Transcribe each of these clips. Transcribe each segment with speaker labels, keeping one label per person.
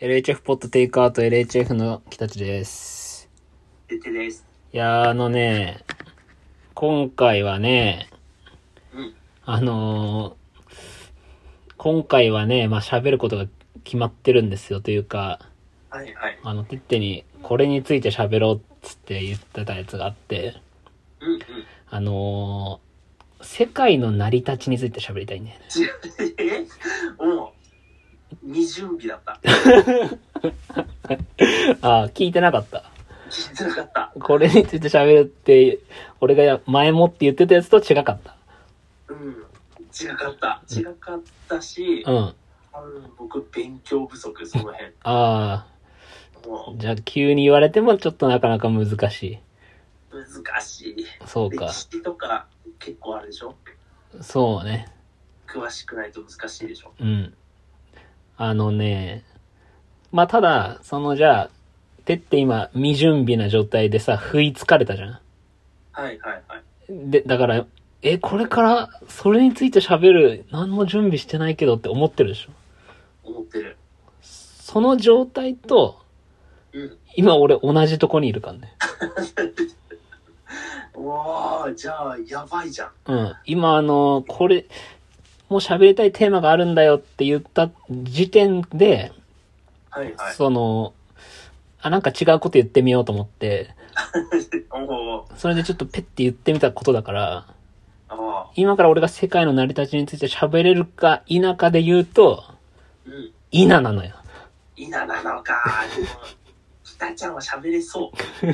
Speaker 1: LHF ポッドテイクアウト LHF の北地です。
Speaker 2: 出てです。
Speaker 1: いやー、あのね、今回はね、
Speaker 2: うん。
Speaker 1: あのー今回はね、まあ喋ることが決まってるんですよというか、
Speaker 2: はいはい。
Speaker 1: あの、てってにこれについて喋ろうっつって言ってたやつがあって、
Speaker 2: うんうん。
Speaker 1: あのー世界の成り立ちについて喋りたいんだよね。
Speaker 2: えもう、二準備だった。
Speaker 1: あー、聞いてなかった。
Speaker 2: 聞いてなかった。
Speaker 1: これについて喋るって、俺が前もって言ってたやつと違かった。
Speaker 2: うん。違かった。違かったし、
Speaker 1: うん。あ
Speaker 2: 多分僕、勉強不足、その辺。
Speaker 1: あ
Speaker 2: も
Speaker 1: ー、じゃあ急に言われてもちょっとなかなか難しい。
Speaker 2: う、難しい。
Speaker 1: そう
Speaker 2: 歴
Speaker 1: か。
Speaker 2: 史とか、結構あるでしょ
Speaker 1: そうね。
Speaker 2: 詳しくないと難しいでしょ
Speaker 1: うん。あのね、まあ、ただ、そのじゃあ、てって今、未準備な状態でさ、食いつかれたじゃ
Speaker 2: はいはいはい。
Speaker 1: ん。で、だから、え、これから、それについて喋る、何も準備してないけどって思ってるでしょ。
Speaker 2: 思ってる。
Speaker 1: その状態と、
Speaker 2: うん。
Speaker 1: 今俺同じとこにいるからね。
Speaker 2: おー、じゃあ、やばいじゃん。
Speaker 1: うん。今、あの、これ、もう喋りたいテーマがあるんだよって言った時点で、
Speaker 2: はいはい。
Speaker 1: その、あ、なんか違うこと言ってみようと思って、
Speaker 2: おー、
Speaker 1: それでちょっとペッて言ってみたことだから、
Speaker 2: あ
Speaker 1: 今から俺が世界の成り立ちについて喋れるか否かで言うと、
Speaker 2: ー。うん。
Speaker 1: 否なのよ。
Speaker 2: 稲なのか。 でも、北ちゃんは喋れそう。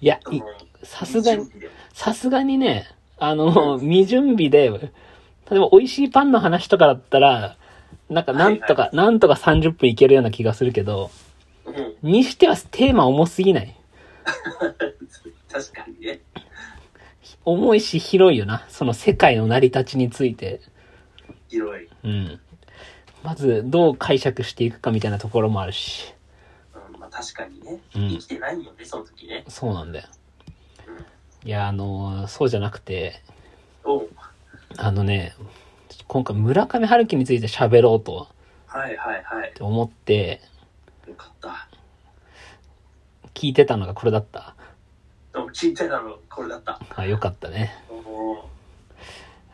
Speaker 1: いや、
Speaker 2: そ
Speaker 1: い
Speaker 2: の
Speaker 1: さすがに
Speaker 2: 準、備で
Speaker 1: さすがにね、あの、未準備で、例えば美味しいパンの話とかだったら、なんかなんとか、なんとか30分いけるような気がするけど、
Speaker 2: うん。
Speaker 1: にしてはテーマ重すぎない
Speaker 2: 確かにね。
Speaker 1: 重いし広いよなその世界の成り立ちについて
Speaker 2: 広い。
Speaker 1: うんまずどう解釈していくかみたいなところもあるし
Speaker 2: うん、まあ確かにね。
Speaker 1: うん
Speaker 2: 生きてないもんね、その時ね。
Speaker 1: そうなんだよいやあのーそうじゃなくて
Speaker 2: おう
Speaker 1: あのねちょっと今回村上春樹について喋ろうと
Speaker 2: はいはいはい。
Speaker 1: 思って
Speaker 2: よかった。
Speaker 1: 聞いてたのがこれだった
Speaker 2: でも聞いてたの、これだった。
Speaker 1: あよかったね
Speaker 2: おお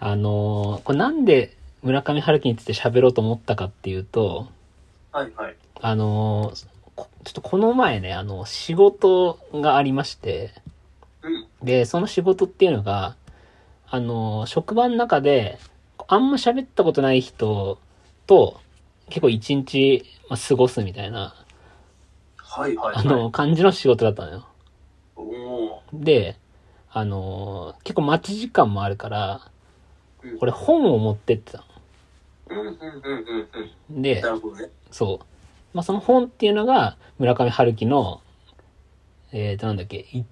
Speaker 1: あのーこれなんで村上春樹について喋ろうと思ったかっていうと
Speaker 2: はいはい。
Speaker 1: あのーこちょっとこの前ね、あの、仕事がありまして、
Speaker 2: うん。
Speaker 1: で、その仕事っていうのが、あのー職場の中で、あんま喋ったことない人と、結構一日、まあ過ごすみたいな、
Speaker 2: はいはい、は
Speaker 1: あ
Speaker 2: い。
Speaker 1: のー感じの仕事だったのよ。
Speaker 2: おお
Speaker 1: で、あのー結構待ち時間もあるから
Speaker 2: うん、
Speaker 1: 俺本を持ってってた
Speaker 2: うんうんうんうんう
Speaker 1: の。
Speaker 2: ん。
Speaker 1: で
Speaker 2: な、るほどね。
Speaker 1: そう。まあ、その本っていうのが、村上春樹の、えっ、と、なんだっけ、1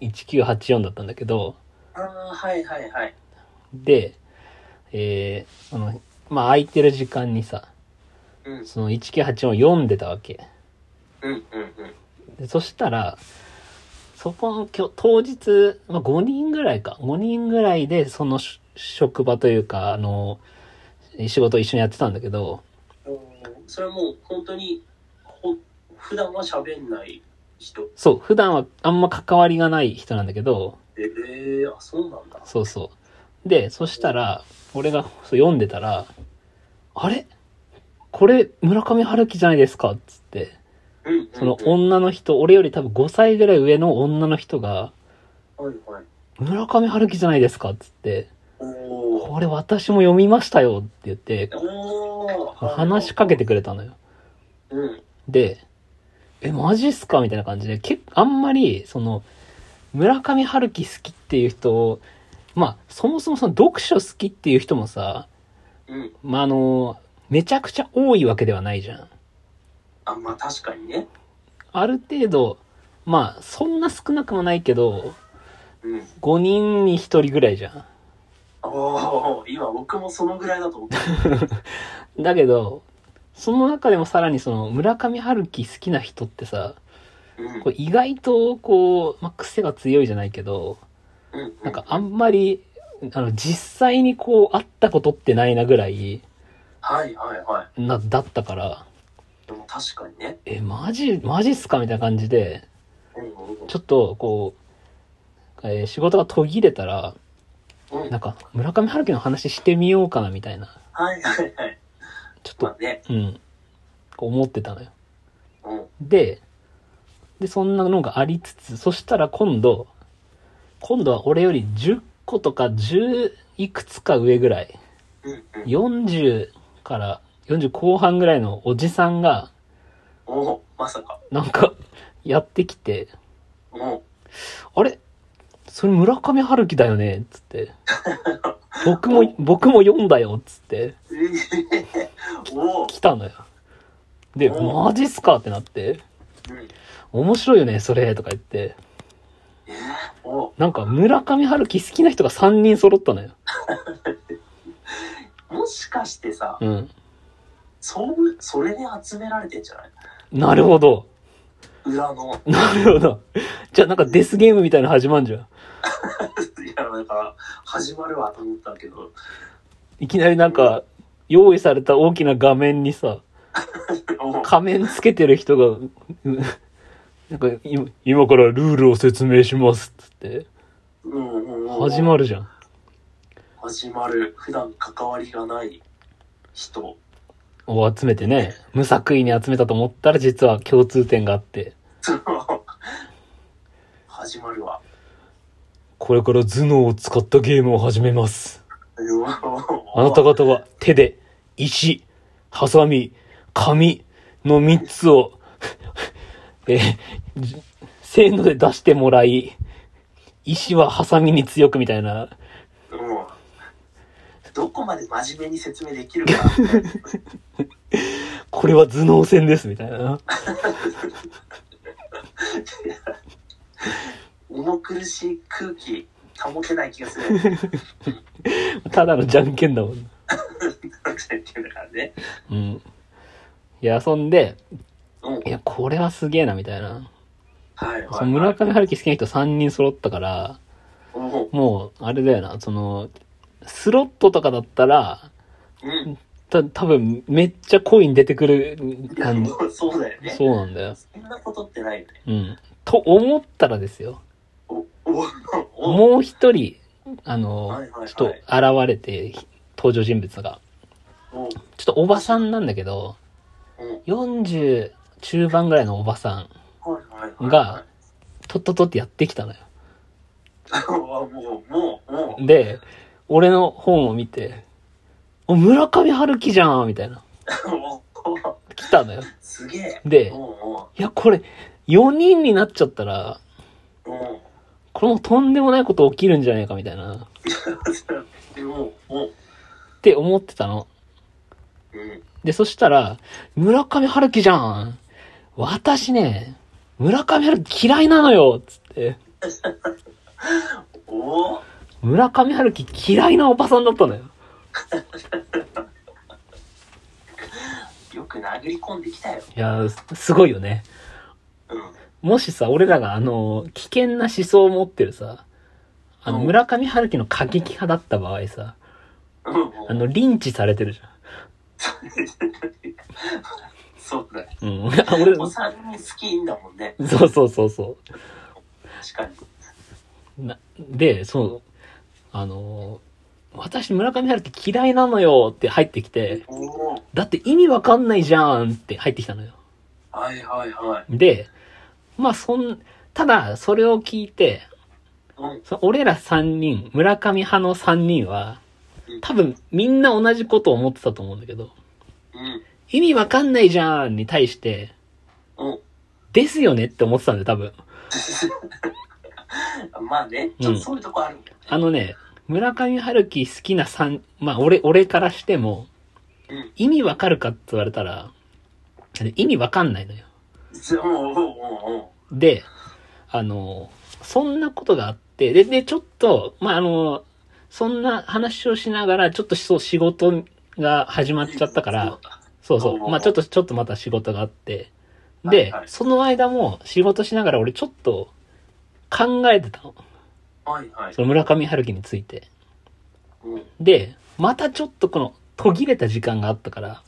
Speaker 1: 1984だったんだけど、
Speaker 2: ああ、はいはいはい。
Speaker 1: で、えー、あの、まあ、空いてる時間にさ、
Speaker 2: うん
Speaker 1: その1984を読んでたわけ。
Speaker 2: うんうんうん。
Speaker 1: でそしたら、そこの今日、当日、まあ、5人ぐらいか、5人ぐらいで、そのし職場というか、あの、仕事を一緒にやってたんだけど、
Speaker 2: おーそれはもう本当に、ほ普段は喋んない人。
Speaker 1: そう、普段はあんま関わりがない人なんだけど、
Speaker 2: ええー、あ、そうなんだ。
Speaker 1: そうそう。で、そしたら、俺がそう読んでたら、あれこれ、村上春樹じゃないですかっつって、
Speaker 2: うんうんうん、
Speaker 1: その女の人、俺より多分5歳ぐらい上の女の人が、
Speaker 2: はいはい。
Speaker 1: 村上春樹じゃないですかっつって、
Speaker 2: おー。
Speaker 1: これ私も読みましたよって言って、
Speaker 2: おー。
Speaker 1: 話しかけてくれたのよ。
Speaker 2: うん。
Speaker 1: で、え、マジっすかみたいな感じで、結構あんまり、その、村上春樹好きっていう人を、まあ、そもそもその読書好きっていう人もさ、
Speaker 2: うん。
Speaker 1: まあ、あの、めちゃくちゃ多いわけではないじゃん。
Speaker 2: あ、まあ確かにね。
Speaker 1: ある程度、まあ、そんな少なくもないけど、
Speaker 2: うん。
Speaker 1: 5人に1人ぐらいじゃ
Speaker 2: おー、今僕もそのぐらいだと思ってた。
Speaker 1: ん。だけど、その中でもさらにその、村上春樹好きな人ってさ、
Speaker 2: うん。
Speaker 1: こう意外とこう、まあ、癖が強いじゃないけど、
Speaker 2: うん。
Speaker 1: なんかあんまり、あの、実際にこう、会ったことってないなぐらい、
Speaker 2: はいはいは
Speaker 1: な、だったから、
Speaker 2: い。でも確かにね。
Speaker 1: え、マジ、マジっすかみたいな感じで、
Speaker 2: うんうんうん
Speaker 1: ちょっと、こう、えー仕事が途切れたら、
Speaker 2: うん
Speaker 1: なんか、村上春樹の話してみようかな、みたいな、
Speaker 2: はいはいはい。
Speaker 1: ちょっ
Speaker 2: ま
Speaker 1: と、
Speaker 2: あね。
Speaker 1: うん、こう思ってたのよ。
Speaker 2: うん。
Speaker 1: で、で、そんなのがありつつ、そしたら今度、今度は俺より10個とか10いくつか上ぐらい、
Speaker 2: うんうん。
Speaker 1: 40から40後半ぐらいのおじさんが、
Speaker 2: おお、まさか。
Speaker 1: なんか、やってきて、
Speaker 2: おお。
Speaker 1: あれそれ村上春樹だよねっつって。僕も、僕も読んだよっつって、
Speaker 2: ええおお。
Speaker 1: 来たのよ。で、
Speaker 2: お
Speaker 1: マジっすかってなって、
Speaker 2: うん。
Speaker 1: 面白いよね、それ、とか言って。
Speaker 2: ええおお。
Speaker 1: なんか、村上春樹好きな人が3人揃ったのよ。
Speaker 2: もしかしてさ、
Speaker 1: うん。
Speaker 2: そう、それで集められてんじゃない
Speaker 1: なるほど。
Speaker 2: 裏の。
Speaker 1: なるほど。じゃあなんかデスゲームみたいなの始まんじゃん。
Speaker 2: いや、なんか、始まるわと思ったけど、
Speaker 1: いきなりなんか、用意された大きな画面にさ、
Speaker 2: おお。
Speaker 1: 仮面つけてる人が、 うなんか今、今からルールを説明しますっつって、
Speaker 2: うんうんうん。
Speaker 1: 始まるじゃん。
Speaker 2: 始まる普段関わりがない人
Speaker 1: を集めてね、無作為に集めたと思ったら実は共通点があって、
Speaker 2: その始まるわ
Speaker 1: これから頭脳を使ったゲームを始めます。
Speaker 2: うわ
Speaker 1: あなた方は手で石、ハサミ、紙の3つを、 えー、じせーので出してもらい、石はハサミに強くみたいな、
Speaker 2: うんどこまで真面目に説明できるか
Speaker 1: これは頭脳戦ですみたいな。
Speaker 2: 重苦しい空気保てない気がす るなん
Speaker 1: ただのじゃんけんだもん。
Speaker 2: て言ってるからね
Speaker 1: うん。いや、そんで、
Speaker 2: うん
Speaker 1: いや、これはすげえなみたいな。
Speaker 2: はいは
Speaker 1: そ
Speaker 2: い
Speaker 1: の
Speaker 2: は
Speaker 1: 村
Speaker 2: い
Speaker 1: 上春樹好きな人3人揃ったから、
Speaker 2: うん
Speaker 1: もう、あれだよな、その、スロットとかだったら、
Speaker 2: うん
Speaker 1: た多分めっちゃコイン出てくる
Speaker 2: いや
Speaker 1: 感じ
Speaker 2: も。う そうだよね
Speaker 1: そうなんだよ。
Speaker 2: そんなことってないよね
Speaker 1: うん。と思ったらですよ。
Speaker 2: おおお
Speaker 1: もう一人、あの、
Speaker 2: はいはいはい
Speaker 1: ちょっと現れて、登場人物が。
Speaker 2: お
Speaker 1: ちょっとおばさんなんだけど、
Speaker 2: お
Speaker 1: 40中盤ぐらいのおばさん、
Speaker 2: はいはいはい
Speaker 1: がとっとっとってやってきたのよ。
Speaker 2: うわもうもうもう
Speaker 1: で、俺の本を見て、お、村上春樹じゃんみたいな。
Speaker 2: おお
Speaker 1: 来たのよ。
Speaker 2: すげえ
Speaker 1: で
Speaker 2: おお
Speaker 1: いや、これ、4人になっちゃったら、
Speaker 2: お
Speaker 1: これもとんでもないこと起きるんじゃないかみたいな。
Speaker 2: でも、もう、
Speaker 1: って思ってたの。
Speaker 2: うん。
Speaker 1: で、そしたら、村上春樹じゃん私ね、村上春樹嫌いなのよつって、
Speaker 2: おお
Speaker 1: 村上春樹嫌いなおばさんだったのよ。
Speaker 2: よく殴り込んできたよ。
Speaker 1: いやー、すすごいよね。
Speaker 2: うん。
Speaker 1: もしさ、俺らがあの、危険な思想を持ってるさ、あの、
Speaker 2: うん
Speaker 1: 村上春樹の過激派だった場合さ、
Speaker 2: うん。
Speaker 1: あの、リンチされてるじ
Speaker 2: そうだね。
Speaker 1: ゃん。うん。俺、
Speaker 2: お三人好きいいんだもんね。
Speaker 1: そうそうそうそう。
Speaker 2: 確かに。
Speaker 1: なでそうあのー私村上春樹嫌いなのよ」って入ってきて
Speaker 2: おお
Speaker 1: 「だって意味わかんないじゃん」って入ってきたのよ
Speaker 2: はいはいはい。
Speaker 1: でまあそんただそれを聞いて
Speaker 2: うん。
Speaker 1: そ俺ら3人村上派の3人は多分みんな同じことを思ってたと思うんだけど
Speaker 2: うん。
Speaker 1: 「意味わかんないじゃん」に対して
Speaker 2: うん。
Speaker 1: 「ですよね」って思ってたんだよ多分
Speaker 2: まあね、ちょっとそういうとこあるもんね。
Speaker 1: あのね村上春樹好きな3まあ俺俺からしても
Speaker 2: うん。
Speaker 1: 意味わかるかって言われたら、意味わかんないのよ。
Speaker 2: そう、おおお
Speaker 1: で、あの、そんなことがあって、で、で、ちょっと、まあ、あの、そんな話をしながら、ちょっとそう仕事が始まっちゃったから、。そうそう、まあ、ちょっと、ちょっとまた仕事があって、で
Speaker 2: はいは、い
Speaker 1: その間も仕事しながら俺ちょっと考えてたの。
Speaker 2: はいはい
Speaker 1: そ。の村上春樹について。
Speaker 2: うん。
Speaker 1: で、またちょっとこの途切れた時間があったから、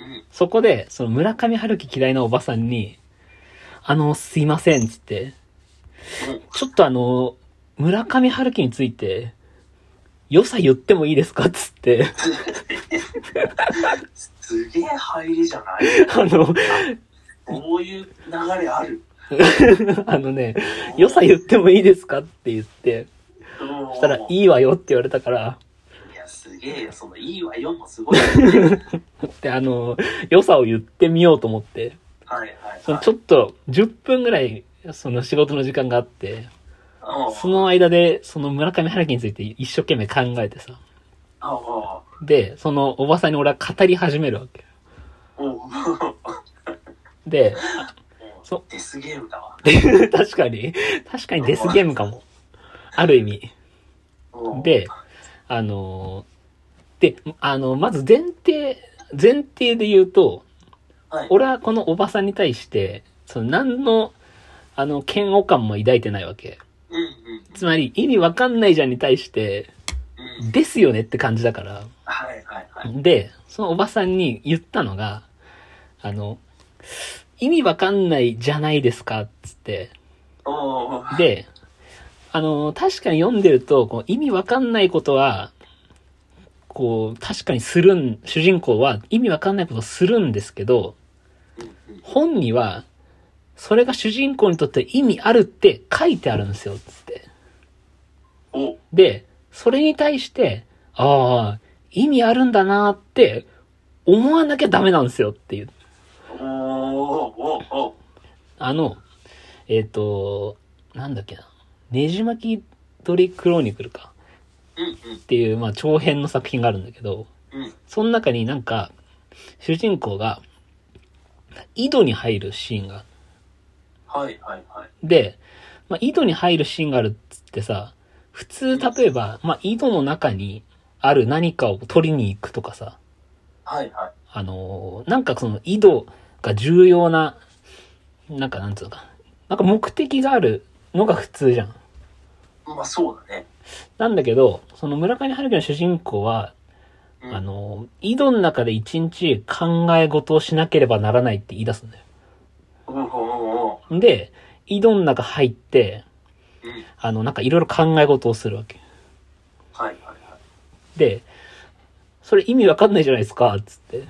Speaker 2: うん。
Speaker 1: そこで、その村上春樹嫌いなおばさんに、あの、すいません、つって、ちょっとあの、村上春樹について、良さ言ってもいいですかつって、
Speaker 2: すげえ入りじゃない
Speaker 1: あの、
Speaker 2: こういう流れある。
Speaker 1: あのね、良さ言ってもいいですかって言って、
Speaker 2: そ
Speaker 1: そしたら、いいわよって言われたから、
Speaker 2: いや、すげえよ。その、いいわよもすごい。はい
Speaker 1: で、あの、良さを言ってみようと思って、
Speaker 2: はい
Speaker 1: その
Speaker 2: はい。
Speaker 1: ちょっと、10分ぐらい、その仕事の時間があって、
Speaker 2: うん
Speaker 1: その間で、その村上春樹について一生懸命考えてさ、
Speaker 2: ああ、
Speaker 1: で、そのおばさんに俺は語り始めるわけ。
Speaker 2: うんうん
Speaker 1: で、そう
Speaker 2: デスゲームだわ。
Speaker 1: 確かに、確かにデスゲームかも。ある意味。
Speaker 2: うん、
Speaker 1: で、あのー、で、あの、まず前提、前提で言うと、
Speaker 2: はい、
Speaker 1: 俺はこのおばさんに対して、その何の、あの、嫌悪感も抱いてないわけ。
Speaker 2: うんうん
Speaker 1: つまり、意味わかんないじゃんに対して、
Speaker 2: うん。
Speaker 1: ですよねって感じだから。
Speaker 2: はいはいはい。
Speaker 1: で、そのおばさんに言ったのが、あの、意味わかんないじゃないですか、つって。
Speaker 2: おお。
Speaker 1: で、あの、確かに読んでると、こう意味わかんないことは、こう、確かにするん、主人公は意味わかんないことをするんですけど、
Speaker 2: うんうん
Speaker 1: 本には、それが主人公にとって意味あるって書いてあるんですよ、つって。
Speaker 2: お
Speaker 1: で、それに対して、ああ、意味あるんだなーって、思わなきゃダメなんですよっていう。
Speaker 2: おおおお
Speaker 1: あの、えっ、と、なんだっけな。ねじ巻き鳥クロニクルか。
Speaker 2: うんうん
Speaker 1: っていう、まあ、長編の作品があるんだけど、
Speaker 2: うん
Speaker 1: その中になんか、主人公が、井戸に入るシーンが、
Speaker 2: はいはいはい。
Speaker 1: で、まあ、井戸に入るシーンがあるっつってさ、普通、例えば、まあ、井戸の中にある何かを取りに行くとかさ、
Speaker 2: はいはい。
Speaker 1: あのーなんかその井戸が重要な、なんかなんつうのか、なんか目的があるのが普通じゃん。
Speaker 2: まあそうだね。
Speaker 1: なんだけど、その村上春樹の主人公は、
Speaker 2: うん
Speaker 1: あの、井戸の中で一日考え事をしなければならないって言い出すんだよ。
Speaker 2: おおおお
Speaker 1: で、井戸の中入って、
Speaker 2: うん
Speaker 1: あの、なんかいろいろ考え事をするわけ。
Speaker 2: はいはいはい。
Speaker 1: で、それ意味わかんないじゃないですか、つって。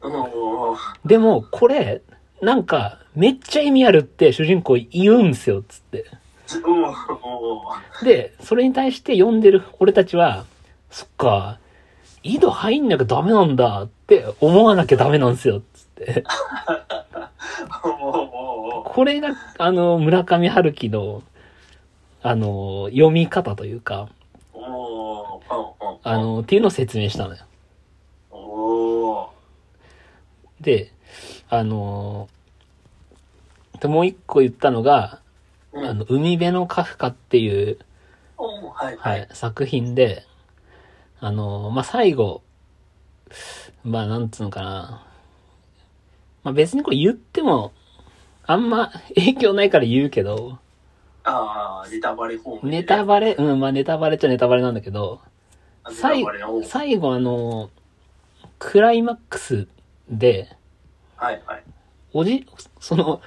Speaker 2: おおお
Speaker 1: でも、これ、なんか、めっちゃ意味あるって主人公言うんすよ、つって。
Speaker 2: おお
Speaker 1: で、それに対して読んでる俺たちは、そっか、井戸入んなきゃダメなんだって思わなきゃダメなんですよ、つって。
Speaker 2: おお
Speaker 1: これが、あの、村上春樹の、あの、読み方というか、
Speaker 2: おおお
Speaker 1: あの、っていうのを説明したのよ。
Speaker 2: おお
Speaker 1: で、あの、でもう一個言ったのが、あの、海辺のカフカっていう、
Speaker 2: おはいは
Speaker 1: はいい、。作品で、あの、まあ、最後、まあ、なんつうのかな。まあ、別にこれ言っても、あんま 影響ないから言うけど、
Speaker 2: ああ、ネタバレ方面。
Speaker 1: ネタバレ、うん、まあ、ネタバレっちゃネタバレなんだけど、最
Speaker 2: ネタバレの方面
Speaker 1: 最後あの、クライマックスで、
Speaker 2: はいはい。
Speaker 1: おじ、その、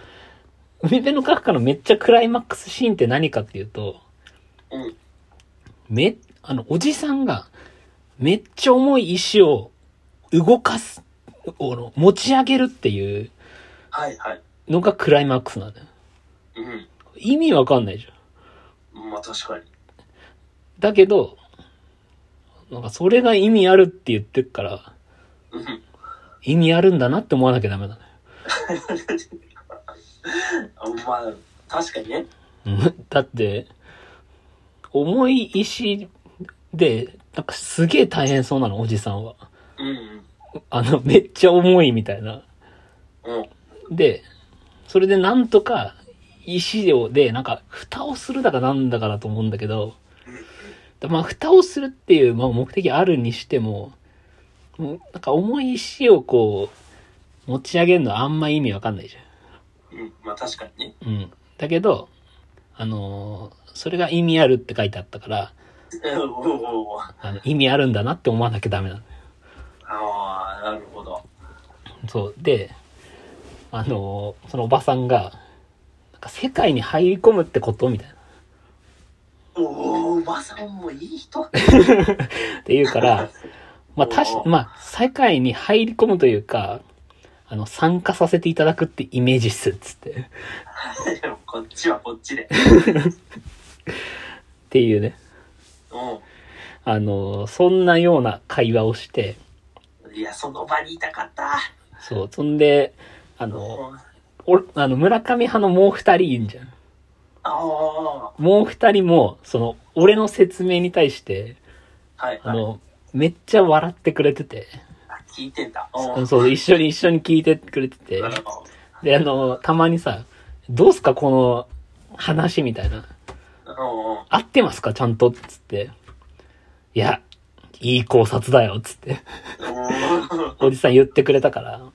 Speaker 1: 海辺のカフカのめっちゃクライマックスシーンって何かっていうと、
Speaker 2: うん。
Speaker 1: め、あの、おじさんが、めっちゃ重い石を動かす、おの持ち上げるっていう
Speaker 2: はいはい。
Speaker 1: のがクライマックスなんだよ。
Speaker 2: うん。
Speaker 1: 意味わかんないじゃん。
Speaker 2: まあ確かに。
Speaker 1: だけど、なんかそれが意味あるって言ってるから、
Speaker 2: うん。
Speaker 1: 意味あるんだなって思わなきゃダメだね。
Speaker 2: まあ、確かにね。
Speaker 1: うん だって、重い石で、なんかすげえ大変そうなの、おじさんは。
Speaker 2: うん。
Speaker 1: あの、めっちゃ重いみたいな。
Speaker 2: うん。
Speaker 1: で、それでなんとか、石をで、なんか、蓋をするだかなんだかだと思うんだけど、だまあ、蓋をするっていう、まあ、目的あるにしても、もうなんか重い石をこう、持ち上げるのはあんま意味わかんないじ
Speaker 2: うん。まあ確かにね。
Speaker 1: ゃん。うん。だけど、あのーそれが意味あるって書いてあったから、
Speaker 2: うんおうおうおう
Speaker 1: あの意味あるんだなって思わなきゃダメなんだよ。
Speaker 2: ああ、なるほど。
Speaker 1: そう。で、あのーそのおばさんが、なんか世界に入り込むってことみたいな。
Speaker 2: おーおばさんもいい人。
Speaker 1: って言う から、まあ、たし
Speaker 2: お、ー
Speaker 1: まあ、世界に入り込むというか、あの、参加させていただくってイメージっす、つって。っ
Speaker 2: でもこっちはこっちで。
Speaker 1: ていうね。
Speaker 2: う
Speaker 1: あの、そんなような会話をして、
Speaker 2: ん。いや、その場にいたかった。
Speaker 1: そう、そんで、あの、
Speaker 2: うん
Speaker 1: おあの村上派のもう二人いんじゃん。
Speaker 2: ああ。
Speaker 1: もう二人も、その、俺の説明に対して、
Speaker 2: はい、
Speaker 1: あ
Speaker 2: はい。
Speaker 1: の、めっちゃ笑ってくれてて、
Speaker 2: あ聞いてんだ。
Speaker 1: そ
Speaker 2: ん
Speaker 1: うそう、一緒に一緒に聞いてくれてて、で、あの、たまにさ、どうすかこの話みたいな。
Speaker 2: うん
Speaker 1: 合ってますかちゃんとっつって。いや、いい考察だよっつって。
Speaker 2: うん
Speaker 1: おじさん言ってくれたから、
Speaker 2: うん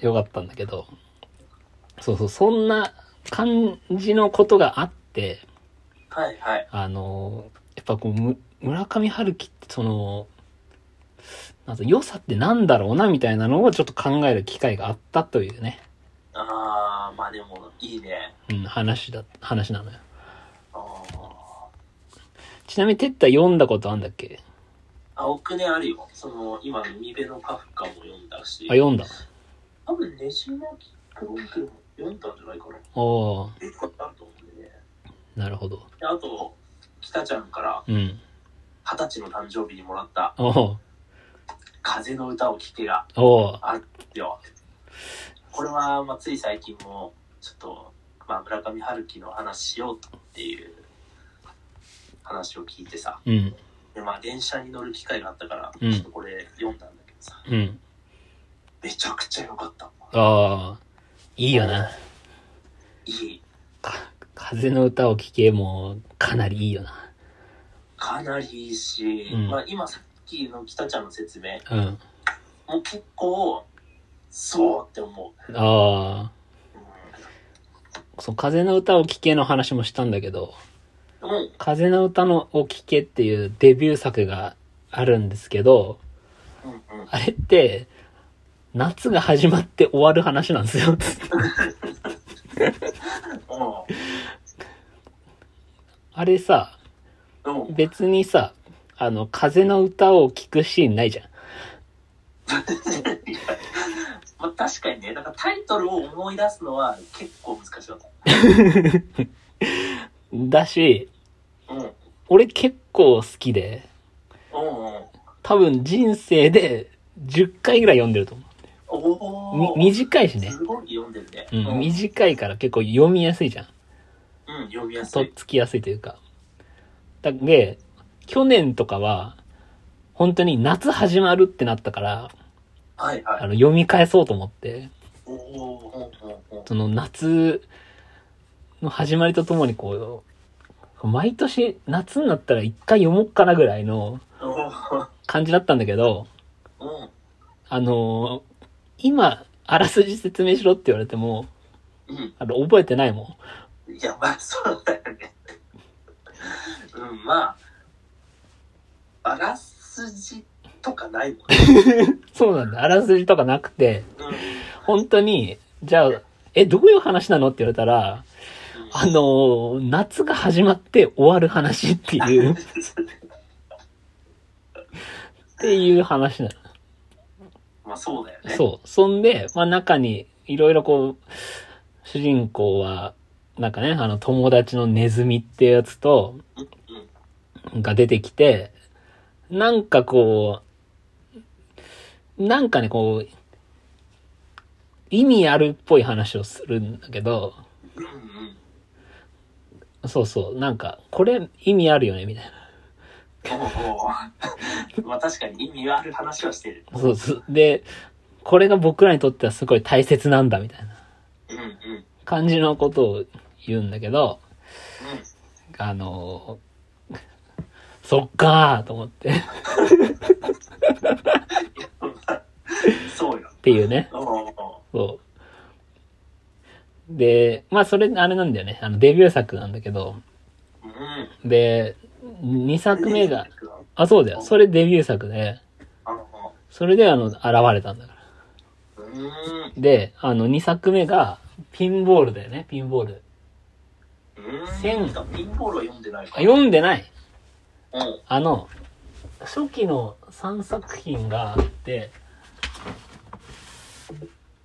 Speaker 1: よかったんだけど。そうそう、そんな感じのことがあって、
Speaker 2: はいはい。
Speaker 1: あの、やっぱこう、む村上春樹ってその、なんか良さってなんだろうなみたいなのをちょっと考える機会があったというね、
Speaker 2: ああ、まあでも、いいね。
Speaker 1: うん、話だ、話なのよ。
Speaker 2: あ
Speaker 1: ちなみに、てった読んだことあんだっけ
Speaker 2: あ、奥ねあるよ。その、今の海辺のカフカも読んだし
Speaker 1: あ、、読んだ。
Speaker 2: 多分ねじまきクロンクルも読んだんじゃないかな。
Speaker 1: おー、
Speaker 2: 結構あると思うんでね。
Speaker 1: なるほど。
Speaker 2: であと、北ちゃんから
Speaker 1: うん。
Speaker 2: 二十歳の誕生日にもらった
Speaker 1: おー、
Speaker 2: 風の歌を聴けが
Speaker 1: おー、
Speaker 2: あるんですよ。これは、まあ、つい最近も、ちょっと、まあ、村上春樹の話しようっていう話を聞いてさ、
Speaker 1: うん。
Speaker 2: でまあ、電車に乗る機会があったから、
Speaker 1: うん
Speaker 2: ちょっとこれ読んだんだけどさ、
Speaker 1: うん。
Speaker 2: めちゃくちゃ良かった。
Speaker 1: ああ、いいよな。
Speaker 2: いい。
Speaker 1: か風の歌を聴けもかなりいいよな。
Speaker 2: かなりいいし、
Speaker 1: うん
Speaker 2: まあ、今さっきの北ちゃんの説明、
Speaker 1: うん。
Speaker 2: もう結構、そうって思う。
Speaker 1: あ
Speaker 2: うん
Speaker 1: あ、そう、風の歌を聴けの話もしたんだけど、
Speaker 2: でも、
Speaker 1: 風の歌のを聴けっていうデビュー作があるんですけど、
Speaker 2: うんうん。
Speaker 1: あれって、夏が始まって終わる話なんですよ。 つってあれさ、
Speaker 2: うん。うん。
Speaker 1: 別にさ、あの、風の歌を聴くシーンないじゃん。
Speaker 2: まあ、確かにね、だからタイトルを思い出すのは結構難しかった。
Speaker 1: だし、
Speaker 2: うん。うん
Speaker 1: 俺結構好きで、
Speaker 2: うん。
Speaker 1: 多分人生で10回ぐらい読んでると思う。
Speaker 2: お
Speaker 1: み
Speaker 2: お。
Speaker 1: 短いしね
Speaker 2: す。ごい読んでるね。
Speaker 1: うん、
Speaker 2: うん、
Speaker 1: 短いから結構読みやすいじゃん。
Speaker 2: うん読みやす
Speaker 1: とっ
Speaker 2: い。
Speaker 1: つきやすいというか。だで、去年とかは、本当に夏始まるってなったから、
Speaker 2: はいは
Speaker 1: あ
Speaker 2: い。
Speaker 1: の、読み返そうと思って、
Speaker 2: おおー。うんうんうん
Speaker 1: その夏の始まりとともにこう、毎年夏になったら一回読もうかなぐらいの
Speaker 2: おー
Speaker 1: 感じだったんだけど、
Speaker 2: うん
Speaker 1: あのー今、あらすじ説明しろって言われても、
Speaker 2: う
Speaker 1: あの、覚えてないもん。
Speaker 2: ん。いや、まあ、そうだよね。うん、まあ、あらすじとかないもんね。
Speaker 1: そうなんだ。あらすじとかなくて、
Speaker 2: うん
Speaker 1: 本当に、じゃあ、え、どういう話なのって言われたら、あのー夏が始まって終わる話っていう、っていう話な
Speaker 2: まあ、そうだよ
Speaker 1: の。
Speaker 2: ね。
Speaker 1: そう。そんで、まあ中に、いろいろこう、主人公は、なんかね、あの、友達のネズミってやつと、
Speaker 2: うんうん
Speaker 1: が出てきて、なんかこう、なんかね、こう、意味あるっぽい話をするんだけど、
Speaker 2: うん
Speaker 1: そうそう、なんか、これ意味あるよね、みたいな。
Speaker 2: うん。おお。まあ、確かに意味はある話はしてる。
Speaker 1: そうそう。で、これが僕らにとってはすごい大切なんだ、みたいな
Speaker 2: うんうん。
Speaker 1: 感じのことを言うんだけど、
Speaker 2: うん
Speaker 1: あのそっかーと思って、っ
Speaker 2: そうよ。
Speaker 1: ていうね。
Speaker 2: おお。
Speaker 1: そう。で、まあそれ、あれなんだよね。あの、デビュー作なんだけど、
Speaker 2: うん。
Speaker 1: で、2作目が、
Speaker 2: うん
Speaker 1: あ、そうだよ。それデビュー作で、
Speaker 2: あの
Speaker 1: それであの、現れたんだから。
Speaker 2: うん。
Speaker 1: で、あの、2作目が、ピンボールだよね、ピンボール。
Speaker 2: うん。
Speaker 1: 千
Speaker 2: だピンボールは読んでない
Speaker 1: あ
Speaker 2: から。
Speaker 1: 読んでない
Speaker 2: うん。
Speaker 1: あの、初期の3作品があって、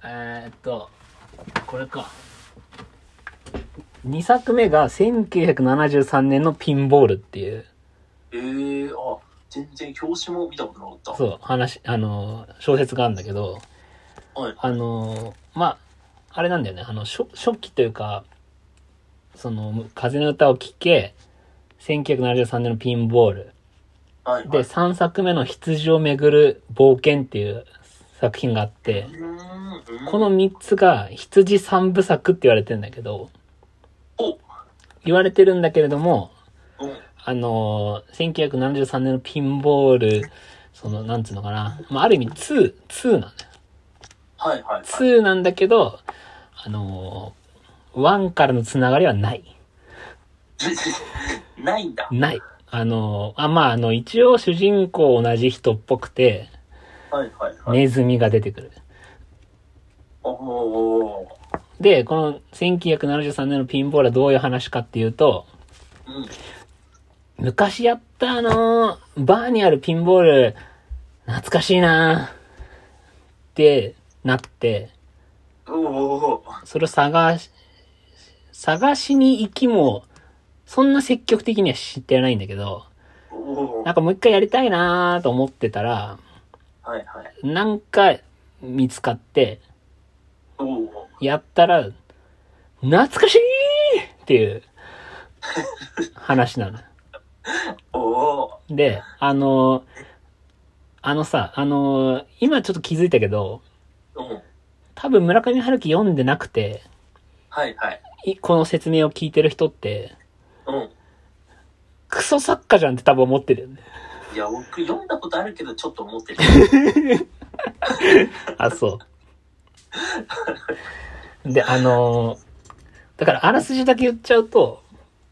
Speaker 1: えーっと、これか。2作目が1973年のピンボールっていう、
Speaker 2: えー、あ、全然表紙も見たことなかった。
Speaker 1: そう、話、あの、小説があるんだけど、
Speaker 2: はい。
Speaker 1: あの、まあ、あれなんだよね、あの、初初期というか、その、風の歌を聴け、1973年のピンボール、
Speaker 2: はい。
Speaker 1: で、
Speaker 2: はい。
Speaker 1: 3作目の羊をめぐる冒険っていう作品があって、
Speaker 2: うん。
Speaker 1: この3つが羊三部作って言われてんだけど、
Speaker 2: お
Speaker 1: 言われてるんだけれども、
Speaker 2: うん。
Speaker 1: あのー、1973年のピンボール、その、なんつうのかな、まあ、ある意味2、2なんだよ。
Speaker 2: はいはいはい。
Speaker 1: 2なんだけど、あのー、1からのつながりはない。
Speaker 2: ないんだ。
Speaker 1: ない。あのー、あ、まあ、あの、一応主人公同じ人っぽくて、
Speaker 2: はいはいはい。
Speaker 1: ネズミが出てくる。
Speaker 2: おおー。
Speaker 1: で、この1973年のピンボールはどういう話かっていうと、
Speaker 2: うん。
Speaker 1: 昔やったあのーバーにあるピンボール、懐かしいなーってなって、
Speaker 2: おお。
Speaker 1: それを探し、探しに行きも、そんな積極的には知ってないんだけど、
Speaker 2: おお。
Speaker 1: なんかもう一回やりたいなーと思ってたら、
Speaker 2: はいはい。
Speaker 1: なんか見つかって、
Speaker 2: おお。
Speaker 1: やったら、懐かしいっていう話なの。
Speaker 2: おお。
Speaker 1: で、あの、あのさ、あの、今ちょっと気づいたけど、
Speaker 2: うん。
Speaker 1: 多分村上春樹読んでなくて、
Speaker 2: はいはい。
Speaker 1: いこの説明を聞いてる人って、
Speaker 2: うん。
Speaker 1: クソ作家じゃんって多分思ってるよね。
Speaker 2: いや、僕読んだことあるけど、ちょっと思ってる。
Speaker 1: あ、そう。で、あの、だからあらすじだけ言っちゃうと、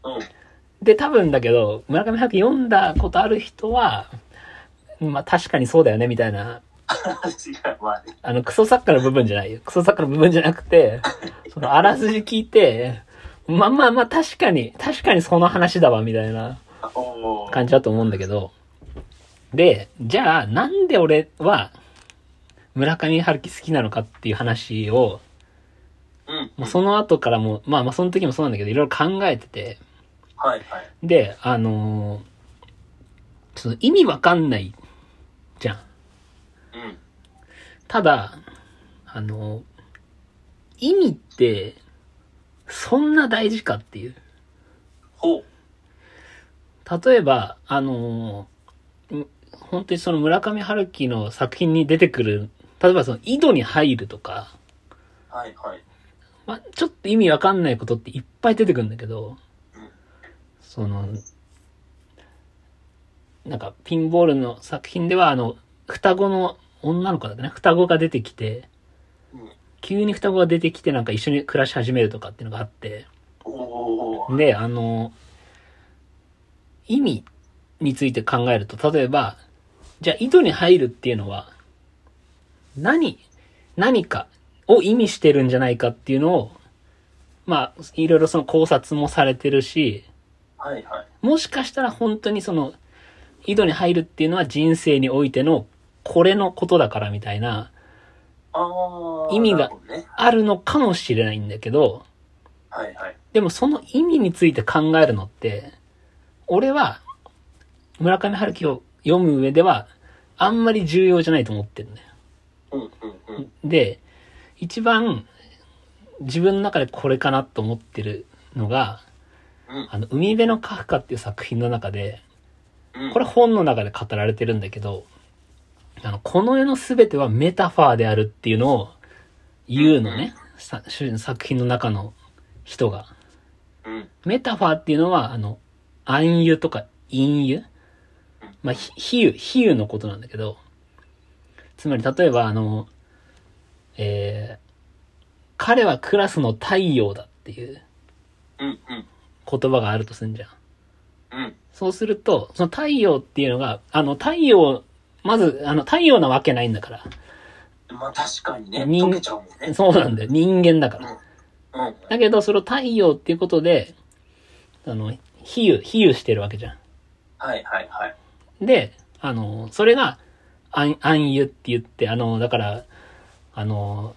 Speaker 2: うん。
Speaker 1: で、多分だけど、村上春樹読んだことある人は、まあ確かにそうだよね、みたいな
Speaker 2: 違う、まあね。
Speaker 1: あの、クソ作家の部分じゃないよ。クソ作家の部分じゃなくて、その、あらすじ聞いて、まあまあまあ、確かに、確かにその話だわ、みたいな
Speaker 2: おお。
Speaker 1: 感じだと思うんだけど。で、じゃあ、なんで俺は、村上春樹好きなのかっていう話を、
Speaker 2: うん。
Speaker 1: もうその後からも、まあまあ、その時もそうなんだけど、いろいろ考えてて、
Speaker 2: はいはい。
Speaker 1: で、あのーその意味わかんない、じゃん。
Speaker 2: うん。
Speaker 1: ただ、あの、意味って、そんな大事かっていう。
Speaker 2: ほう。
Speaker 1: 例えば、あの、ん本当にその村上春樹の作品に出てくる、例えばその井戸に入るとか、
Speaker 2: はいはい。
Speaker 1: まあ、ちょっと意味わかんないことっていっぱい出てくるんだけど、その、なんかピンボールの作品ではあの、双子の女の子だったね、双子が出てきて、
Speaker 2: うん。
Speaker 1: 急に双子が出てきてなんか一緒に暮らし始めるとかっていうのがあって、
Speaker 2: おお。
Speaker 1: で、あの、意味について考えると、例えば、じゃあ井戸に入るっていうのは、何、何かを意味してるんじゃないかっていうのを、まあ、いろいろその考察もされてるし、
Speaker 2: はいはい。
Speaker 1: もしかしたら本当にその、井戸に入るっていうのは人生においてのこれのことだからみたいな、
Speaker 2: ああ。
Speaker 1: 意味が
Speaker 2: なるほどね。
Speaker 1: あるのかもしれないんだけど、
Speaker 2: はいはい。
Speaker 1: でもその意味について考えるのって、俺は村上春樹を読む上ではあんまり重要じゃないと思ってるんだよ。
Speaker 2: うんうんうん。
Speaker 1: で、一番自分の中でこれかなと思ってるのが、
Speaker 2: うん
Speaker 1: あの、海辺のカフカっていう作品の中で、
Speaker 2: うん。
Speaker 1: これ本の中で語られてるんだけど、あの、この世の全てはメタファーであるっていうのを言うのね。さ主作品の中の人が。
Speaker 2: うん。
Speaker 1: メタファーっていうのは、あの、暗喩とか陰喩まあ、ひ比喩、比喩のことなんだけど、つまり例えば、あの、えー、彼はクラスの太陽だっていう
Speaker 2: うんうん。
Speaker 1: 言葉があるとすんじゃん。
Speaker 2: うん。
Speaker 1: そうすると、その太陽っていうのが、あの、太陽、まず、あの、太陽なわけないんだから、
Speaker 2: まあ確かにね、
Speaker 1: 人
Speaker 2: 溶けちゃうもんね。
Speaker 1: そうなんだよ。人間だから。
Speaker 2: うん。うん。
Speaker 1: だけど、それを太陽っていうことで、あの、比喩、比喩してるわけじゃ
Speaker 2: はいはいはい。
Speaker 1: ん。で、あの、それが、暗暗喩って言って、あの、だから、あの、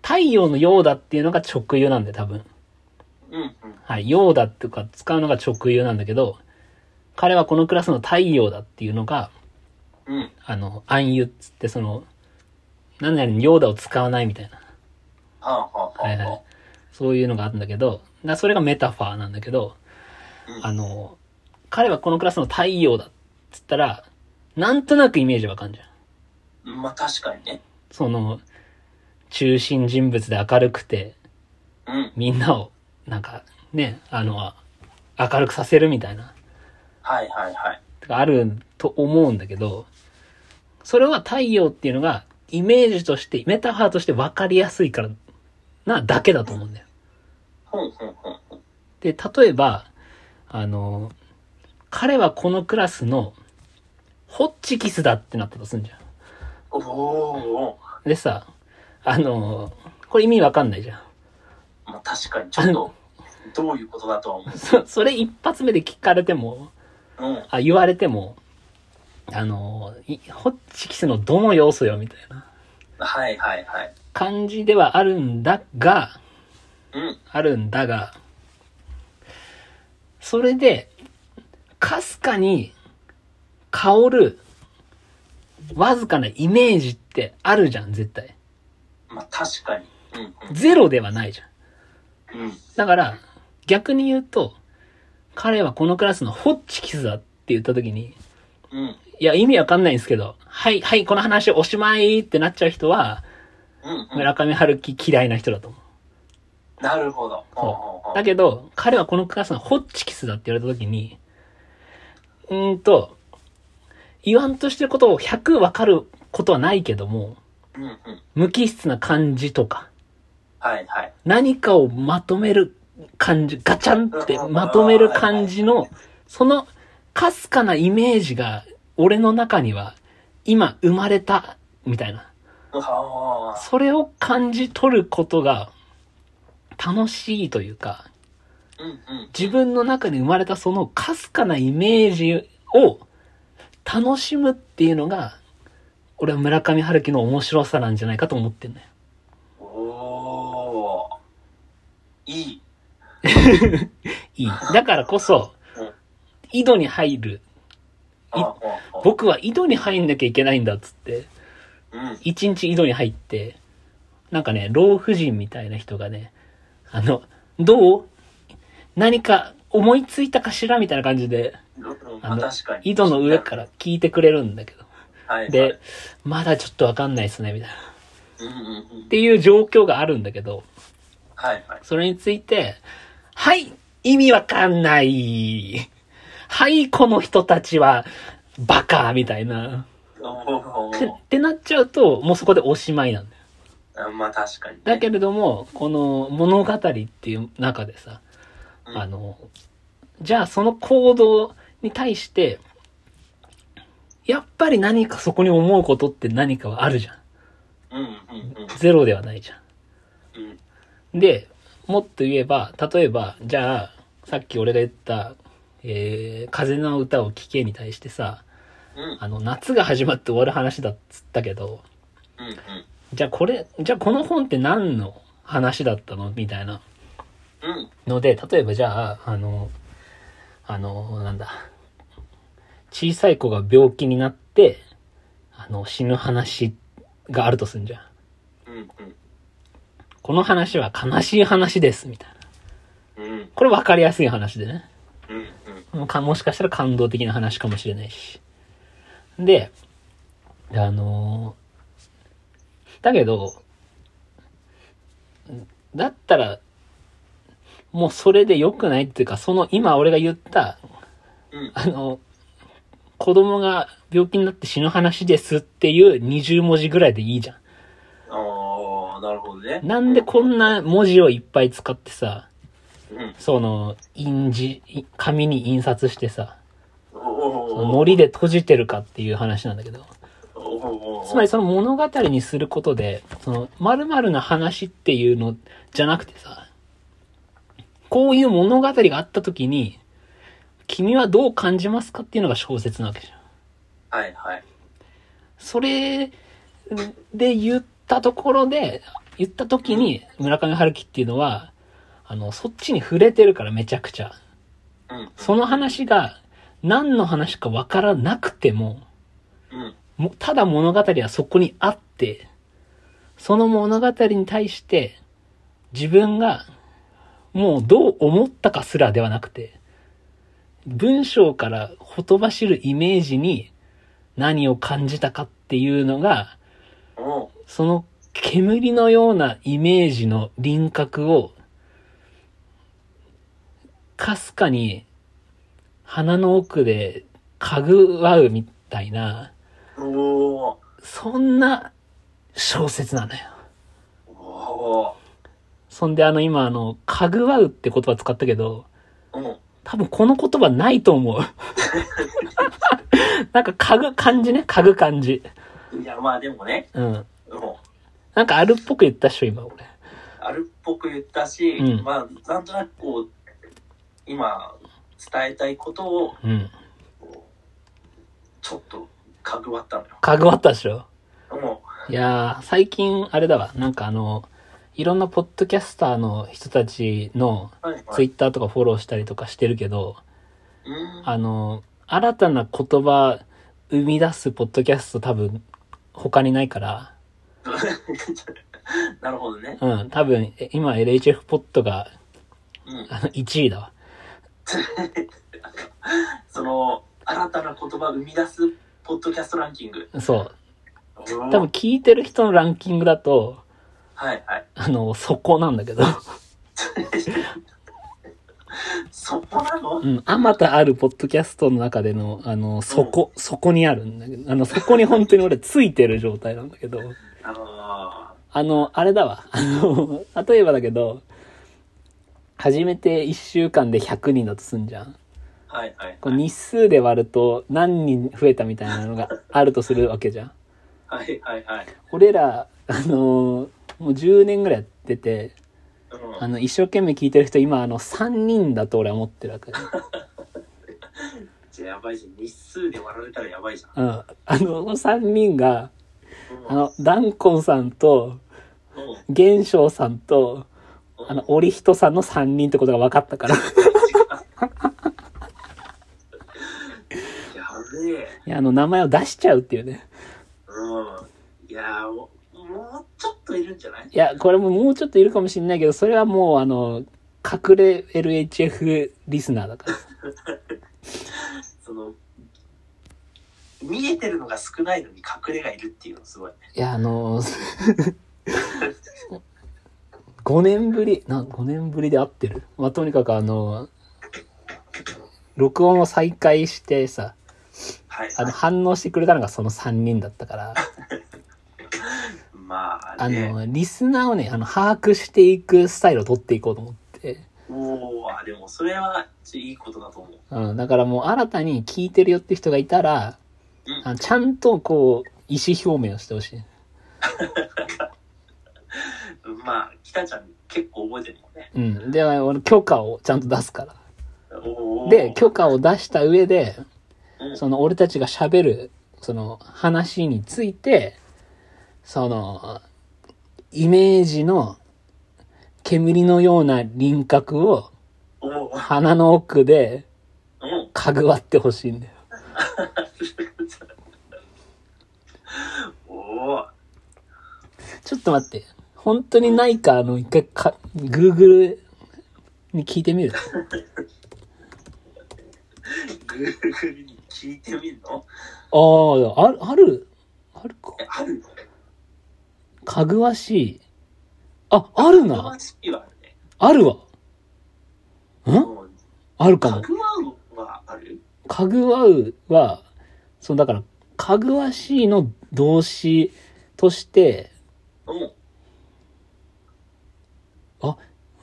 Speaker 1: 太陽のようだっていうのが直喩なんで、多分。
Speaker 2: うんうん。
Speaker 1: はい、陽だとか使うのが直喩なんだけど、彼はこのクラスの太陽だっていうのが、
Speaker 2: うん。
Speaker 1: あの、暗喩っつって、その、何々に陽だを使わないみたいな。
Speaker 2: はあはあはあ。
Speaker 1: はいはい。そういうのがあるんだけど、だそれがメタファーなんだけど、
Speaker 2: うん
Speaker 1: あの、彼はこのクラスの太陽だっつったら、なんとなくイメージわかんじゃん。
Speaker 2: まあ確かにね。
Speaker 1: その、中心人物で明るくて、
Speaker 2: うん。
Speaker 1: みんなを、なんか、ね、あの、明るくさせるみたいな、
Speaker 2: はいはいはい。
Speaker 1: とかあると思うんだけど、それは太陽っていうのが、イメージとして、メタファーとして分かりやすいから、な、だけだと思うんだよ。
Speaker 2: ほんほんほんほん。
Speaker 1: で、例えば、あの、彼はこのクラスの、ホッチキスだってなったとすんじゃん。
Speaker 2: おお
Speaker 1: でさ、あの、これ意味わかんないじゃん。
Speaker 2: まあ確かにちょっと、どういうことだとは思
Speaker 1: そ、それ一発目で聞かれても、
Speaker 2: う。うん。
Speaker 1: あ、言われても、あの、いホッチキスのどの要素よ、みたいな
Speaker 2: はいはいはい。
Speaker 1: 感じではあるんだが、
Speaker 2: うん。
Speaker 1: あるんだが、それで、かすかに香る、わずかなイメージってあるじゃん、絶対。
Speaker 2: まあ確かに。うん
Speaker 1: ゼロではないじゃん。
Speaker 2: うん。うん。
Speaker 1: だから、逆に言うと、彼はこのクラスのホッチキスだって言った時に、
Speaker 2: うん。
Speaker 1: いや、意味わかんないんですけど、はい、はい、この話おしまいってなっちゃう人は、
Speaker 2: うん、うん。
Speaker 1: 村上春樹嫌いな人だと思う。
Speaker 2: なるほど。ほうほうほ
Speaker 1: そうう。だけど、彼はこのクラスのホッチキスだって言われた時に、うーんと、言わんとしてることを100分かることはないけども、
Speaker 2: うんうん。
Speaker 1: 無機質な感じとか、
Speaker 2: はいはい。
Speaker 1: 何かをまとめる感じ、ガチャンってまとめる感じの、その、かすかなイメージが、俺の中には、今生まれた、みたいな。
Speaker 2: はあ。
Speaker 1: それを感じ取ることが、楽しいというか、
Speaker 2: うんうん。
Speaker 1: 自分の中に生まれたそのかすかなイメージを楽しむっていうのが、俺は村上春樹の面白さなんじゃないかと思ってんだよ。
Speaker 2: おおー。いい。
Speaker 1: いい。だからこそ
Speaker 2: うん、
Speaker 1: 井戸に入る。
Speaker 2: ほうほうほ
Speaker 1: 僕は井戸に入んなきゃいけないんだっつって、
Speaker 2: ううん。
Speaker 1: 一日井戸に入って、なんかね、老婦人みたいな人がね、あの、どう何か思いついたかしらみたいな感じで、
Speaker 2: うんま
Speaker 1: あ
Speaker 2: あ
Speaker 1: の
Speaker 2: 確かに。
Speaker 1: 井戸の上から聞いてくれるんだけど。
Speaker 2: はいはい。
Speaker 1: で、まだちょっとわかんないですね、みたいな。
Speaker 2: うんうんうん
Speaker 1: っ。ていう状況があるんだけど、
Speaker 2: はいはい。
Speaker 1: それについて、はい、意味わかんない。はい、この人たちは、バカみたいな。
Speaker 2: おお
Speaker 1: ってってなっちゃうと、もうそこでおしまいなんだよ。
Speaker 2: まあ確かにね。
Speaker 1: だけれども、この物語っていう中でさ、
Speaker 2: うん
Speaker 1: あの、じゃあその行動に対して、やっぱり何かそこに思うことって何かはあるじゃん。
Speaker 2: うんうんうん
Speaker 1: ゼロではないじゃん。
Speaker 2: うん。
Speaker 1: で、もっと言えば、例えば、じゃあ、さっき俺が言った、えー、風の歌を聴けに対してさ、
Speaker 2: うん
Speaker 1: あの、夏が始まって終わる話だっつったけど、
Speaker 2: うんうん。
Speaker 1: じゃあこれ、じゃあこの本って何の話だったのみたいな。
Speaker 2: うん。
Speaker 1: ので、例えばじゃあ、あの、あの、なんだ、小さい子が病気になって、あの、死ぬ話があるとすんじゃん。
Speaker 2: うんうん。
Speaker 1: この話は悲しい話です、みたいな。
Speaker 2: うん
Speaker 1: これ分かりやすい話でね。
Speaker 2: うん
Speaker 1: もうかもしかしたら感動的な話かもしれないし。で、あのーだけど、だったら、もうそれで良くないっていうか、その今俺が言った、
Speaker 2: うん。
Speaker 1: あの、子供が病気になって死ぬ話ですっていう20文字ぐらいでいいじゃ
Speaker 2: ああ、なるほどね。
Speaker 1: ん。なんでこんな文字をいっぱい使ってさ、
Speaker 2: うん。
Speaker 1: その、印字、い紙に印刷してさ、
Speaker 2: おお。
Speaker 1: 糊で閉じてるかっていう話なんだけど。
Speaker 2: おおうおう
Speaker 1: つまりその物語にすることで、その〇〇な話っていうのじゃなくてさ、こういう物語があった時に、君はどう感じますかっていうのが小説なわけじゃん。
Speaker 2: はいはい。
Speaker 1: それで言ったところで、言った時に村上春樹っていうのは、あの、そっちに触れてるからめちゃくちゃ。
Speaker 2: うん。
Speaker 1: その話が何の話かわからなくても、
Speaker 2: うん。
Speaker 1: もただ物語はそこにあって、その物語に対して自分がもうどう思ったかすらではなくて、文章からほとばしるイメージに何を感じたかっていうのが、
Speaker 2: おう
Speaker 1: その煙のようなイメージの輪郭を、かすかに鼻の奥でかぐわうみたいな、
Speaker 2: おう
Speaker 1: そんな小説なのよ。
Speaker 2: お
Speaker 1: そんであの今あの、かぐわうって言葉使ったけど、
Speaker 2: ううん。
Speaker 1: 多分この言葉ないと思う。 なんかかぐ感じね、かぐ感じ。
Speaker 2: いや、まあでもね、
Speaker 1: うん。
Speaker 2: も
Speaker 1: なんかあるっぽく言ったっしょ、今俺。
Speaker 2: う、あるっぽく言ったし、
Speaker 1: うん
Speaker 2: まあ、なんとなくこう、今、伝えたいことを、
Speaker 1: うん。
Speaker 2: こうちょっと、かぐわったの
Speaker 1: かぐわったっしょ。
Speaker 2: よ。も
Speaker 1: いやー、最近あれだわ。なんかあの、いろんなポッドキャスターの人たちの
Speaker 2: う、はい、は
Speaker 1: ツイ
Speaker 2: い。
Speaker 1: ッターとかフォローしたりとかしてるけど、
Speaker 2: うーん。
Speaker 1: あの、新たな言葉生み出すポッドキャスト多分他にないから、
Speaker 2: なるほどね。
Speaker 1: うん、多分え今 LHF ポッドが
Speaker 2: うん。
Speaker 1: あの1位だわ。
Speaker 2: その、新たな言葉を生み出す、ポッドキャストランキング。
Speaker 1: そう。
Speaker 2: 多
Speaker 1: 多分聞いてる人のランキングだと、
Speaker 2: はいはい。
Speaker 1: あの、そこなんだけど、
Speaker 2: そこなの、
Speaker 1: うん、あまたあるポッドキャストの中での、あの、そこ、そこにあるんだけど、あの、そこに本当に俺ついてる状態なんだけど、
Speaker 2: あの
Speaker 1: あの、あれだわ。あの、例えばだけど、初めて1週間で100人だとすんじゃん。
Speaker 2: ーはいはい。
Speaker 1: こう日数で割ると何人増えたみたいなのがあるとするわけじゃん。
Speaker 2: はいはいはい。
Speaker 1: 俺ら、あのもう10年ぐらいやってて、
Speaker 2: うん
Speaker 1: あの、一生懸命聞いてる人今、あの、3人だと俺は思ってるわけ。
Speaker 2: じゃあやばいじゃん。日数で割られたらやばいじゃん。
Speaker 1: うん。あの、3人が、
Speaker 2: うん
Speaker 1: あの、ダンコンさんと、
Speaker 2: うん
Speaker 1: 玄翔さんと、
Speaker 2: うん
Speaker 1: あの、オリヒトさんの3人ってことが分かったから。
Speaker 2: やべえ。
Speaker 1: いや、あの、名前を出しちゃうっていうね。
Speaker 2: うん。いやーもう、もうちょっといるんじゃない
Speaker 1: いや、これももうちょっといるかもしれないけど、それはもう、あの、隠れ LHF リスナーだから。
Speaker 2: その、見えてるのが少ないのに隠れがいるっていうのすごいね。
Speaker 1: いや、あの、5年ぶり、な、5年ぶりで合ってる。まあ、とにかくあの、録音を再開してさ、
Speaker 2: はい。
Speaker 1: あの、反応してくれたのがその3人だったから、
Speaker 2: まあ
Speaker 1: あ
Speaker 2: ね。
Speaker 1: の、リスナーをね、あの、把握していくスタイルを取っていこうと思って、
Speaker 2: おおあでもそれは、いいことだと思う。
Speaker 1: うん、だからもう新たに聞いてるよって人がいたら
Speaker 2: うん、
Speaker 1: あのちゃんとこう、意思表明をしてほしい。
Speaker 2: まあ、北ちゃん結構覚えてるもんね。
Speaker 1: うん。で、俺、許可をちゃんと出すから。
Speaker 2: おー
Speaker 1: で、許可を出した上で、
Speaker 2: うん
Speaker 1: その俺たちが喋る、その話について、その、イメージの煙のような輪郭を
Speaker 2: おお
Speaker 1: 鼻の奥で
Speaker 2: うん。
Speaker 1: かぐわってほしいんだよ。
Speaker 2: おお
Speaker 1: ちょっと待って。本当にないか、あの、一回か、Google に聞いてみる。
Speaker 2: グーグルに聞いてみるの
Speaker 1: ああ、ある、ある、あるか。
Speaker 2: えあるの
Speaker 1: かぐわしい。あ、あるな。
Speaker 2: 話はあるね。
Speaker 1: あるわ。ん
Speaker 2: もう
Speaker 1: あるか
Speaker 2: か
Speaker 1: も。
Speaker 2: くわうはある
Speaker 1: かぐわうは、そのだから、かぐわしいの動詞として、
Speaker 2: うん。うん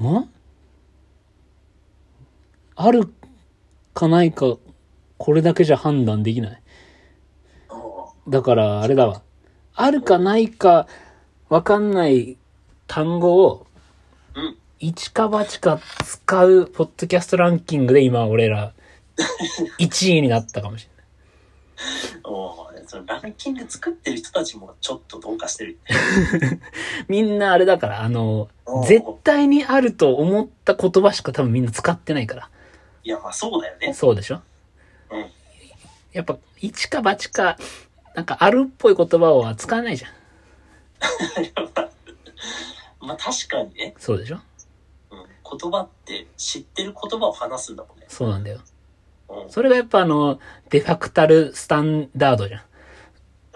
Speaker 1: んあるかないか、これだけじゃ判断できない。だから、あれだわ。あるかないかわかんない単語を
Speaker 2: うん、
Speaker 1: 一か八か使うポッドキャストランキングで今俺ら1位になったかもしれない。
Speaker 2: おーそのランキング作ってる人たちもちょっとどうかしてる。
Speaker 1: みんなあれだから、あの
Speaker 2: お、ー
Speaker 1: 絶対にあると思った言葉しか多分みんな使ってないか
Speaker 2: いや、まあそうだよ
Speaker 1: ら。
Speaker 2: ね。
Speaker 1: そうでしょ
Speaker 2: うん。
Speaker 1: やっぱ、一か八か、なんかあるっぽい言葉は使わないじゃん。
Speaker 2: まあ確かにね、
Speaker 1: そうでしょ
Speaker 2: うん、言葉って知ってる言葉を話すんだもんね。
Speaker 1: そうなんだよ。
Speaker 2: うん
Speaker 1: それがやっぱあの、デファクタルスタンダードじゃん。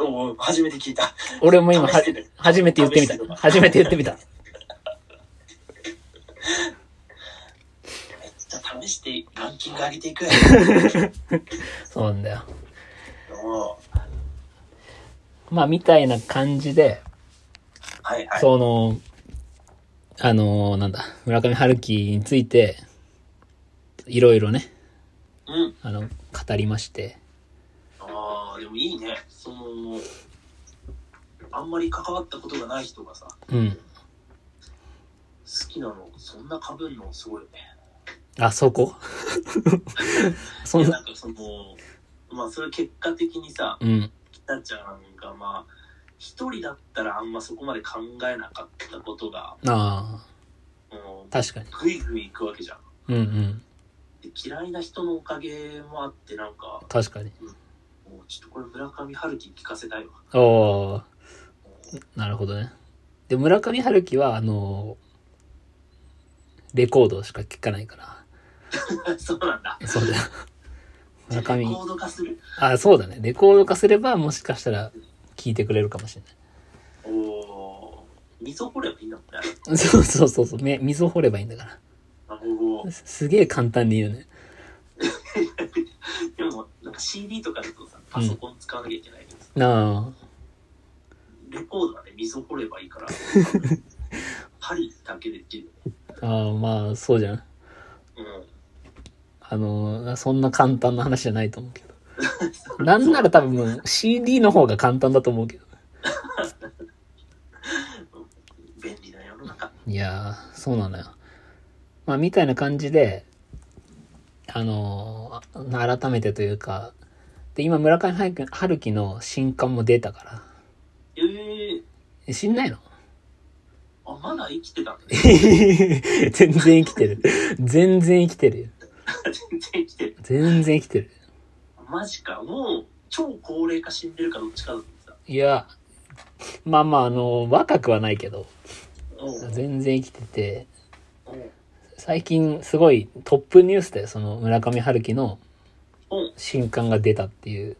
Speaker 2: おー初めて聞いた。
Speaker 1: 俺も今は
Speaker 2: 試してる、
Speaker 1: 初めて言ってみ
Speaker 2: 試してる
Speaker 1: た。初めて言ってみた。
Speaker 2: めっちゃ試してランキング上げていく。
Speaker 1: そうなんだよ。
Speaker 2: おー
Speaker 1: まあ、みたいな感じで、
Speaker 2: はいはい。
Speaker 1: その、あのー、なんだ、村上春樹について、いろいろね、
Speaker 2: うん。
Speaker 1: あの、語りまして。
Speaker 2: ああ、でもいいね。その、あんまり関わったことがない人がさ、
Speaker 1: うん。
Speaker 2: 好きなの、そんな被るのすごいよね。
Speaker 1: あ、そこ そ
Speaker 2: い
Speaker 1: ん
Speaker 2: や、
Speaker 1: な、
Speaker 2: なんかその、まあそれ結果的にさ、
Speaker 1: うん。
Speaker 2: たちゃんがまあ、一人だったらあんまそこまで考えなかったことが、
Speaker 1: あ
Speaker 2: も
Speaker 1: あ、確かに。
Speaker 2: う、ぐいぐい行くわけじゃん。
Speaker 1: うんうん。
Speaker 2: で嫌いな人のおかげもあって、なんか、
Speaker 1: 確かに。
Speaker 2: もうちょっとこれ村上春樹に聞かせたいわ。
Speaker 1: おー。なるほどね。で、村上春樹は、あのーレコードしか聴かないか
Speaker 2: そうなんだ。
Speaker 1: ら。そうだよ。 村
Speaker 2: レ
Speaker 1: 上
Speaker 2: コ。ード化する。
Speaker 1: あ、そうだね。レコード化すれば、もしかしたら、聴いてくれるかもしれ
Speaker 2: おおー。溝掘ればいいんだもんね。
Speaker 1: ない。そうそうそうそう。め溝掘ればいいんだか
Speaker 2: あおー
Speaker 1: ら。すすげえ簡単に言うね。
Speaker 2: でも、なんか CD とかだとさ、パソコン使わなきゃいけないけどさ、
Speaker 1: なあ。
Speaker 2: レコードはね、溝掘ればいい から、針だけでできる。
Speaker 1: ああ、まあ、そうじゃん。
Speaker 2: う
Speaker 1: あのー、そんな簡単な話じゃないと思うけど。なんなら多分、CD の方が簡単だと思うけど。
Speaker 2: ん。便利な世の中。
Speaker 1: いやー、そうなのよ。まあ、みたいな感じで、あのーあ改めてというか、で、今、村上春樹春樹の新刊も出たから
Speaker 2: ええ
Speaker 1: え。死んないの
Speaker 2: あ、まだ生きてたんだね。
Speaker 1: 全然生きてる。全然生きてるよ。
Speaker 2: 全然生きてる。
Speaker 1: 全然生きてる。
Speaker 2: マジか、もう、超高齢化死んでるかどっちかだってさ。
Speaker 1: いや、まあまあ、あのー若くはないけど、
Speaker 2: おう
Speaker 1: 全然生きてて、
Speaker 2: おう
Speaker 1: 最近すごいトップニュースだよ、その村上春樹の
Speaker 2: おう
Speaker 1: 新刊が出たっていう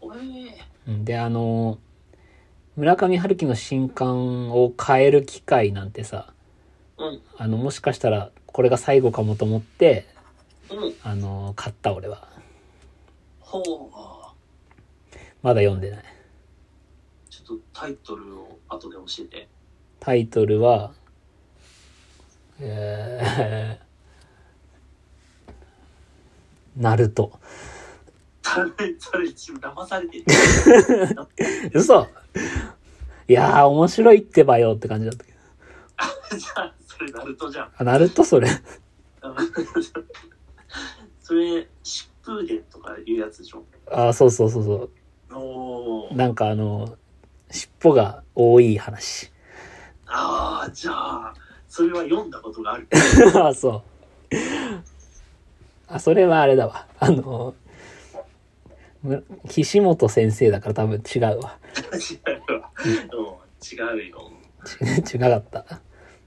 Speaker 2: おえ
Speaker 1: うんであの村上春樹の新刊を変える機会なんてさ
Speaker 2: うん、
Speaker 1: あのもしかしたらこれが最後かもと思って
Speaker 2: うん、
Speaker 1: あの買った俺は
Speaker 2: ほう。
Speaker 1: まだ読んでない
Speaker 2: ちょっとタイトルを後で教えて。
Speaker 1: タイトルはえー、 ナルト
Speaker 2: それ、それ、一応騙されてる。
Speaker 1: 嘘いやー面白いってばよって感じだったけど
Speaker 2: じゃあ、それ、ナルトじゃん。
Speaker 1: あナルトそれ
Speaker 2: それ、疾風伝とかいうやつでしょ。
Speaker 1: あーそうそうそうそ
Speaker 2: お
Speaker 1: う
Speaker 2: ー。
Speaker 1: なんかあの尻尾が多い話
Speaker 2: ああ、じゃあ、それは読んだことがある。
Speaker 1: あ、そう。あ、それはあれだわ。あの、む岸本先生だから多分違うわ。
Speaker 2: 違うわ。うん違うよ。
Speaker 1: ち違かった。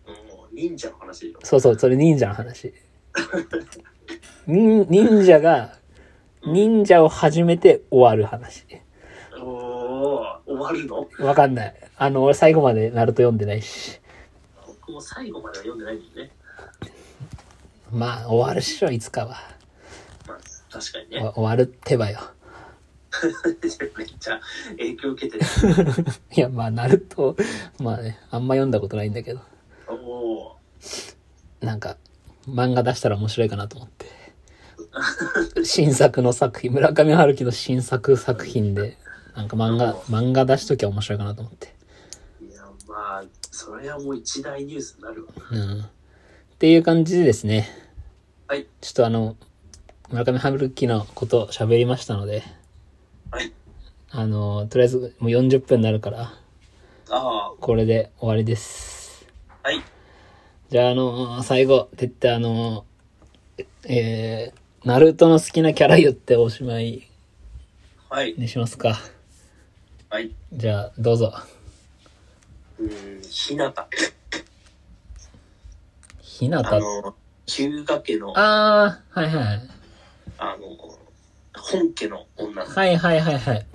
Speaker 2: もう忍者の話よ。
Speaker 1: そうそう、それ忍者の話。忍忍者が、忍者を始めて終わる話。
Speaker 2: おー、終わるの
Speaker 1: わかんない。あの、俺最後までナルト読んでないし。
Speaker 2: 僕も最後までは読んでないんだよね。
Speaker 1: まあ、終わるっしょ、いつかは。
Speaker 2: まあ、確かにね。
Speaker 1: わ終わるってばよ。
Speaker 2: めっちゃ影響受けてる。
Speaker 1: いや、まあ、ナルト、まあね、あんま読んだことないんだけど。
Speaker 2: おー。
Speaker 1: なんか、漫画出したら面白いかなと思って。新作の作品、村上春樹の新作作品で、なんか漫画、漫画出しときゃ面白いかなと思って。
Speaker 2: いや、まあ、それはもう一大ニュースになるわな。
Speaker 1: うん。っていう感じでですね。
Speaker 2: はい。
Speaker 1: ちょっとあの、村上春樹のこと喋りましたので、
Speaker 2: はい。
Speaker 1: あの、とりあえずもう40分になるから、
Speaker 2: あ
Speaker 1: これで終わりです。
Speaker 2: あ、はい。
Speaker 1: じゃあ、あの、最後、てってあの、えー、ナルトの好きなキャラ言っておしまい
Speaker 2: はい。
Speaker 1: にしますか。
Speaker 2: はい。
Speaker 1: じゃあ、どうぞ。
Speaker 2: うーん、ひなた。
Speaker 1: ひな
Speaker 2: あ
Speaker 1: た。
Speaker 2: の、日向家の、あ
Speaker 1: あー、はいはい。
Speaker 2: の、本家の女の子。
Speaker 1: はいはいはいはい。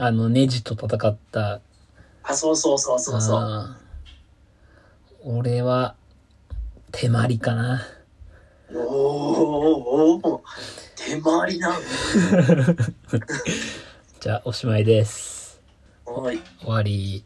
Speaker 1: あの、ネジと戦った。
Speaker 2: あ、そうそうそうそうそう。
Speaker 1: あー俺は、手まりかな。
Speaker 2: おーおーおー手回りなん
Speaker 1: じゃあ、おしまいです。
Speaker 2: おい。
Speaker 1: 終わり。